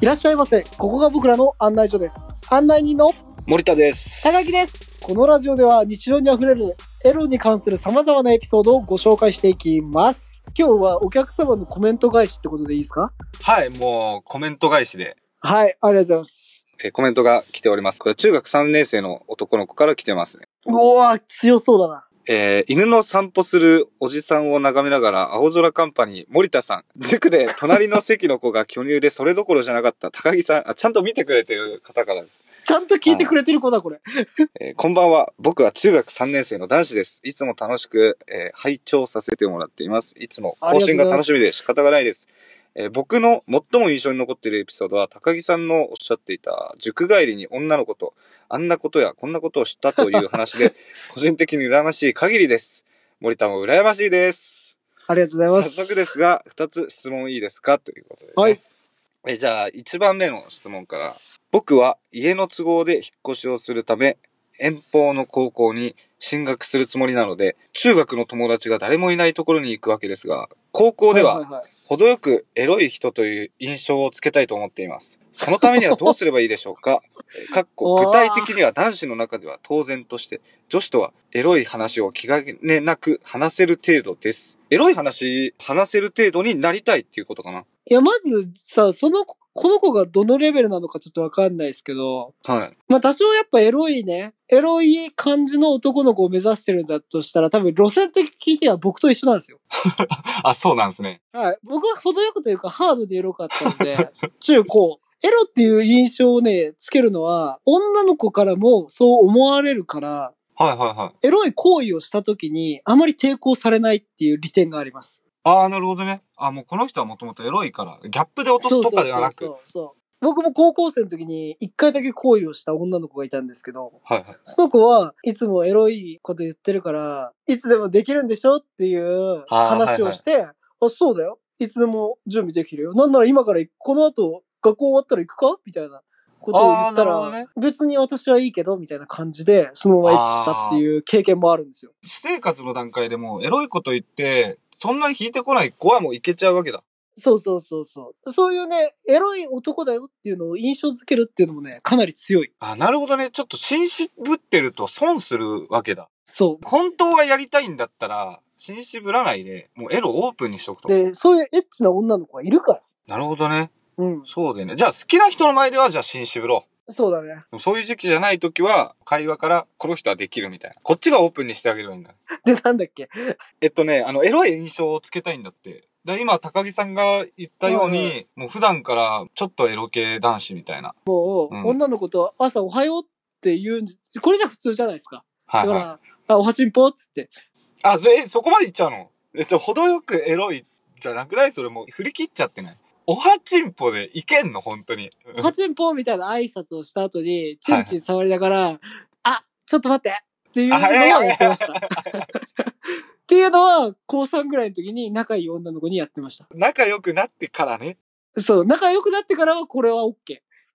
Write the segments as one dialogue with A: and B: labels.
A: いらっしゃいませ。ここが僕らの案内所です。案内人の
B: 森田です。
C: 高木です。
A: このラジオでは日常に溢れるエロに関する様々なエピソードをご紹介していきます。今日はお客様のコメント返しってことでいいですか
B: はい、もうコメント返しで、
A: はい、ありがとうございます。
B: えーコメントが来ております。これ中学3年生の男の子から来てますね。
A: うわー、強そうだな。
B: えー犬の散歩するおじさんを眺めながら、青空カンパニー、森田さん。塾で隣の席の子が巨乳でそれどころじゃなかった高木さん。あ、ちゃんと見てくれてる方からです。
A: ちゃんと聞いてくれてる子だ、これ。
B: えーこんばんは。僕は中学3年生の男子です。いつも楽しく、えー拝聴させてもらっています。いつも更新が楽しみで仕方がないです。えー僕の最も印象に残っているエピソードは、高木さんのおっしゃっていた、塾帰りに女の子と、あんなことやこんなことを知ったという話 で、個人的に羨ましい限りです。森田も羨ましいです。
A: ありがとうございま
B: 早
A: す。
B: 速ですが、2つ質問いいですかということで、ね。
A: はい。
B: え、じゃあ、一番目の質問から。僕は家の都合で引っ越しをするため、遠方の高校に進学するつもりなので、中学の友達が誰もいないところに行くわけですが、高校で
A: はい
B: は、
A: はいはい
B: 程よくエロい人という印象をつけたいと思っています。そのためにはどうすればいいでしょ うかえかっこ具体的には男子の中では当然として、女子とはエロい話を気兼ねなく話せる程度です。エロい話、話せる程度になりたいっていうことかない
A: や、まずさ、その子、この子がどのレベルなのかちょっとわかんないですけど、
B: はい。
A: まあ多少やっぱエロいね、エロい感じの男の子を目指してるんだとしたら、多分路線的聞いては僕と一緒なんですよ。
B: あ、そうなんですね。
A: はい。僕は程よくというか、ハードでエロかったん で、中高。エロっていう印象をね、つけるのは、女の子からもそう思われるから、
B: はいはいはい。
A: エロい行為をした時に、あまり抵抗されないっていう利点があります。
B: ああ、なるほどね。あもうこの人はもともとエロいから、ギャップで落とすとかではな
A: そうそう。
B: く
A: そうそう。僕も高校生の時に、一回だけ行為をした女の子がいたんですけど、
B: はいはい。
A: その子はいつもエロいこと言ってるから、いつでもできるんでしょっていう
B: あーはい
A: 話
B: は
A: を
B: い
A: して、あ,、そうだよ。いつでも準備できるよ。なんなら今から行くこの後、学校終わったら行くかみたいなことを言った
B: あーなるほど
A: ら、
B: ね
A: 別に私はいいけど、みたいな感じで、そのままエッチしたっていう経験もあるんですよ。
B: 私生活の段階でもうエロいこと言って、そんなに引いてこない子はもういけちゃうわけだ。
A: そうそうそうそう。そういうね、エロい男だよっていうのを印象づけるっていうのもね、かなり強い。
B: あなるほどね。ちょっと紳士ぶってると損するわけだ。
A: そう。
B: 本当はやりたいんだったら、紳士ぶらないで、もうエロオープンにしとくと。
A: で、そういうエッチな女の子がいるから。
B: なるほどね。
A: うん。
B: そうだよね。じゃあ好きな人の前では、じゃあ紳士ぶろう。
A: そうだね。
B: でもそういう時期じゃない時は、会話から、この人はできるみたいな。こっちがオープンにしてあげるようになる。
A: で、なんだっけ
B: えっとね、あの、エロい印象をつけたいんだって。で、今、高木さんが言ったように、
A: はいは
B: もう普段から、ちょっとエロ系男子みたいな。
A: もう、
B: うん
A: 女の子と朝おはようって言うんじ、これじゃ普通じゃないですか。だ
B: はい、
A: から、
B: はい。
A: あ、おはしんぽっつって。
B: あ、そえ、そこまで言っちゃうのえっと、程よくエロいじゃなくないそれもう振り切っちゃってない。おはちんぽでいけんの本当に。
A: おはしんぽみたいな挨拶をした後に、チンチン触りながら、あ、ちょっと待ってっていうのはやってました。っていうのは、高3ぐらいの時に仲いい女の子にやってました。
B: 仲良くなってからね。
A: そう、仲良くなってからはこれは OK。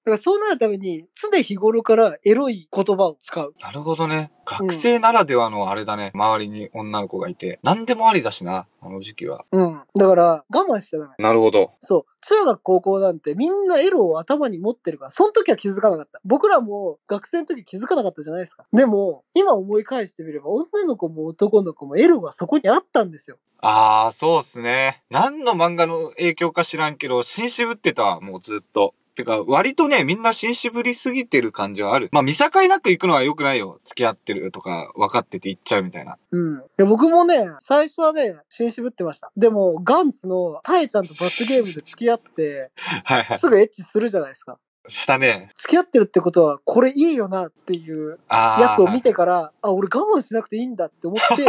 A: だからそうなるために、常日頃からエロい言葉を使う。
B: なるほどね。学生ならではのあれだね。周りに女の子がいて。何でもありだしな、あの時期は。
A: うん。だから、我慢しちゃダメ。
B: なるほど。
A: そう。中学高校なんてみんなエロを頭に持ってるから、その時は気づかなかった。僕らも学生の時気づかなかったじゃないですか。でも、今思い返してみれば、女の子も男の子もエロがそこにあったんですよ。
B: ああ、そうっすね。何の漫画の影響か知らんけど、紳士ぶってたわ、もうずっと。てか、割とね、みんな紳士ぶりすぎてる感じはある。まあ、見境なく行くのは良くないよ。付き合ってるとか、分かってて行っちゃうみたいな。
A: うん。いや僕もね、最初はね、紳士ぶってました。でも、ガンツのタエちゃんと罰ゲームで付き合って、
B: はいは
A: すぐエッチするじゃないですか。
B: い。したね。
A: 付き合ってるってことは、これいいよなっていう
B: ああ。
A: やつを見てから、あ、俺我慢しなくていいんだって思 って、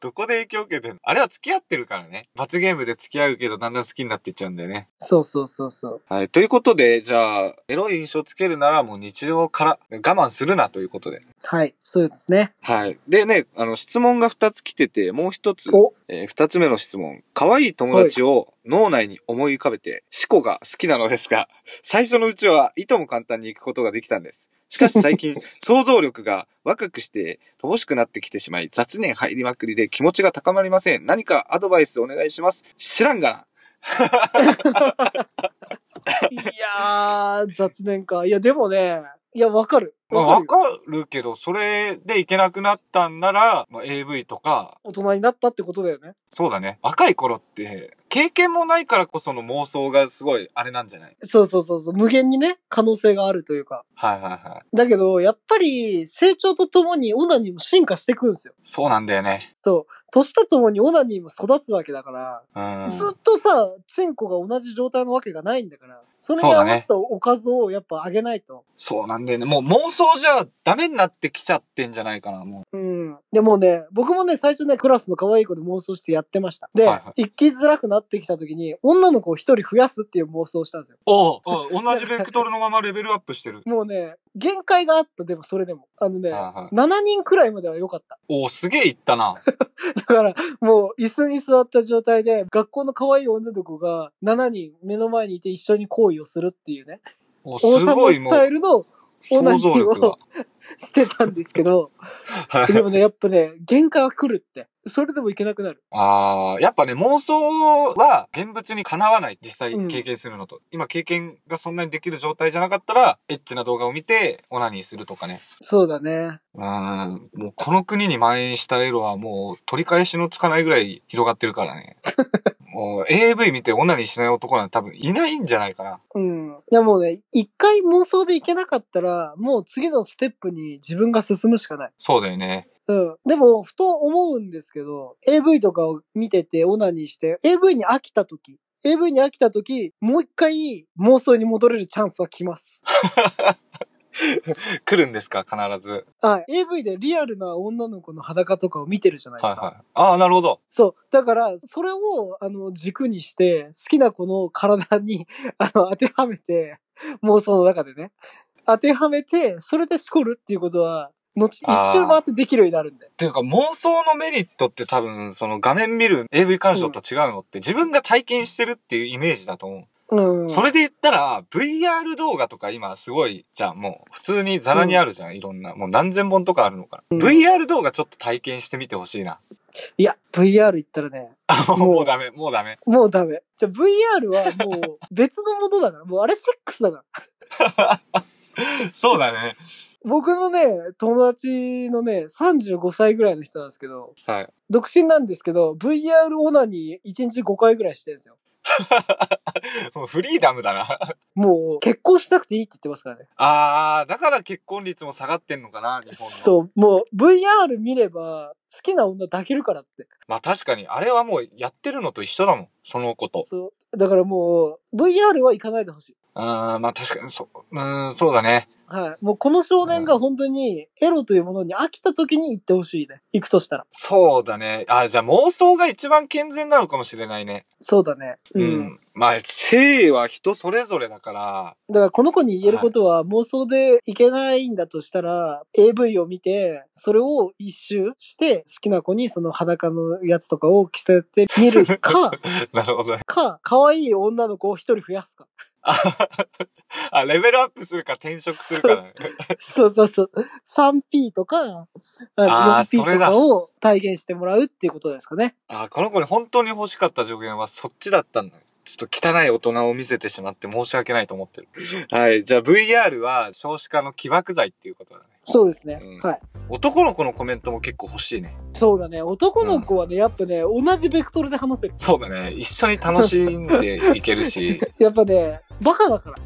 B: どこで影響受けてんのあれは付き合ってるからね。罰ゲームで付き合うけど、だんだん好きになっていっちゃうんだよね。
A: そうそうそうそう。
B: はい。ということで、じゃあ、エロい印象つけるならもう日常から我慢するなということで。
A: はい、そうですね。
B: はい。でね、あの、質問が2つ来てて、もう1つ。
A: お、
B: えー二つ目の質問。可愛い友達を脳内に思い浮かべて、思考が好きなのですが、 最初のうちはいとも簡単に行くことができたんです。しかし最 近、想像力が若くして乏しくなってきてしまい、雑念入りまくりで気持ちが高まりません。何かアドバイスお願いします。知らんがな。
A: いやー、雑念か。いや、でもね、いや、わかる。
B: まあ
A: わか
B: わ
A: るよ。
B: かるけど、それでいけなくなったんなら、まあ、AV とか、
A: 大人になったってことだよね。
B: そうだね。若い頃って、経験もないからこその妄想がすごい、あれなんじゃない
A: そうそうそうそう。無限にね、可能性があるというか。
B: はいはいはい。
A: だけど、やっぱり、成長とともにオナニーも進化していくんですよ。
B: そうなんだよね。
A: そう。年とともにオナニーも育つわけだから、
B: うん。
A: ずっとさ、チンコが同じ状態のわけがないんだから、それに合わせたおかずをやっぱあげないと。
B: そうなんだよね。もう妄想じゃダメになってきちゃってんじゃないかな、も
A: うん。でもうね、僕もね、最初ね、クラスの可愛い子で妄想してやってました。で、
B: はいは
A: 行きづらくなってきた時に、女の子を一人増やすっていう妄想をしたんですよ。
B: う。おお同じベクトルのままレベルアップし てる。
A: もうね、限界があった、でもそれでも。あのね、
B: はいはい
A: 7人くらいまでは良かった。
B: おおすげえいったな。
A: だから、もう椅子に座った状態で、学校の可愛い女の子が7人目の前にいて一緒に行為をするっていうね、
B: おす
A: 王様
B: ごい
A: ス
B: も
A: タイ
B: う、
A: ルの
B: 想像力が。
A: してたんですけど、
B: は い
A: でもね、やっぱね、限界は来るって。それでもいけなくなる。
B: ああ、やっぱね、妄想は現物にかなわない。実際
A: うん
B: 経験するのと。今経験がそんなにできる状態じゃなかったら、エッチな動画を見て、オナニーするとかね。
A: そうだね。
B: うん。もうこの国に蔓延したエロはもう取り返しのつかないぐらい広がってるからね。 もう AV 見てオナニーしない男なんて多分いないんじゃないかな。
A: うん。いやもうね、一回妄想でいけなかったら、もう次のステップに自分が進むしかない。
B: そうだよね。
A: うん。でも、ふと思うんですけど、AV とかを見てて、オナニーして、AV に飽きた時、AV に飽きた時、もう一回妄想に戻れるチャンスは来ます。
B: 来るんですか必ず。
A: はい。AV でリアルな女の子の裸とかを見てるじゃないで
B: は
A: す
B: い
A: か。
B: はい。ああ、なるほど。
A: そう。だから、それを、あの、軸にして、好きな子の体に、 あの、当てはめて、妄想の中でね。当てはめて、それでしこるっていうことは、後、一
B: あー
A: 周回ってできるようになるんで。
B: っていうか妄想のメリットって多分、その画面見る AV 鑑賞と違うのって、自分が体験してるっていうイメージだと思う。
A: うん。
B: それで言ったら、VR 動画とか今すごい、じゃあもう普通にザラにあるじゃん、いろんな。もう何千本とかあるのかな。
A: うん
B: VR 動画ちょっと体験してみてほしいな。
A: いや、VR 行ったらね、
B: あもう
A: もう
B: もうダメ、もうダメ。
A: もうダメ。じゃあ VR はもう別のものだから、もうあれセックスだから。
B: そうだね。
A: 僕のね、友達のね、35歳ぐらいの人なんですけど、
B: はい。
A: 独身なんですけど、VR オナに1日5回ぐらいしてるんですよ。
B: もうフリーダムだな。
A: もう結婚しなくていいって言ってますからね。
B: あー、だから結婚率も下がってんのかな、日本の。
A: そう、もう VR 見れば好きな女抱けるからって。
B: まあ確かに、あれはもうやってるのと一緒だもん。そのこと。
A: そう。だからもう VR は行かないでほしい。
B: うーん、まあ確かに、そう、うーん、そうだね。
A: はい。もうこの少年が本当にエロというものに飽きた時に行ってほしいね。行くとしたら。
B: そうだね。あー、じゃあ妄想が一番健全なのかもしれないね。
A: そうだね。
B: う
A: うん
B: ん。まあ、性は人それぞれだから、
A: だからこの子に言えることは妄想でいけないんだとしたら、AV を見て、それを一周して、好きな子にその裸のやつとかを着せてみる か、
B: なるほどね。
A: か、可愛い女の子を一人増やすか。
B: あ、レベルアップするか転職するかだね。
A: そうそうそう。3P とか、あ
B: あー
A: の 4P
B: それ
A: と
B: だ
A: かを体現してもらうっていうことですかね。
B: あ、この子に本当に欲しかった助言はそっちだったんだ。ちょっと汚い大人を見せてしまって申し訳ないと思ってる。はい。じゃあ VR は少子化の起爆剤っていうことだね。
A: そうですね。
B: うん
A: はい。
B: 男の子のコメントも結構欲しいね。
A: そうだね。男の子はね、やっぱね、同じベクトルで話せる。
B: そうだね。一緒に楽しんでいけるし、
A: やっぱね、バカだから。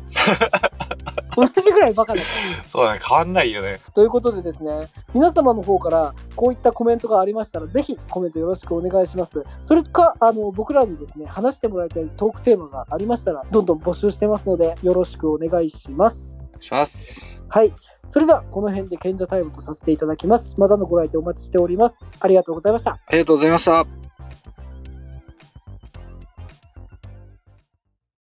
A: 同じぐらいバカだから。
B: そうだね。変わんないよね。
A: ということでですね、皆様の方からこういったコメントがありましたら、ぜひコメントよろしくお願いします。それか、あの、僕らにですね、話してもらいたいトークテーマがありましたら、どんどん募集してますので、よろしくお願いします。
B: お願いします。
A: はい。それでは、この辺で賢者タイムとさせていただきます。またのご来店お待ちしております。ありがとうございました。
B: ありがとうございました。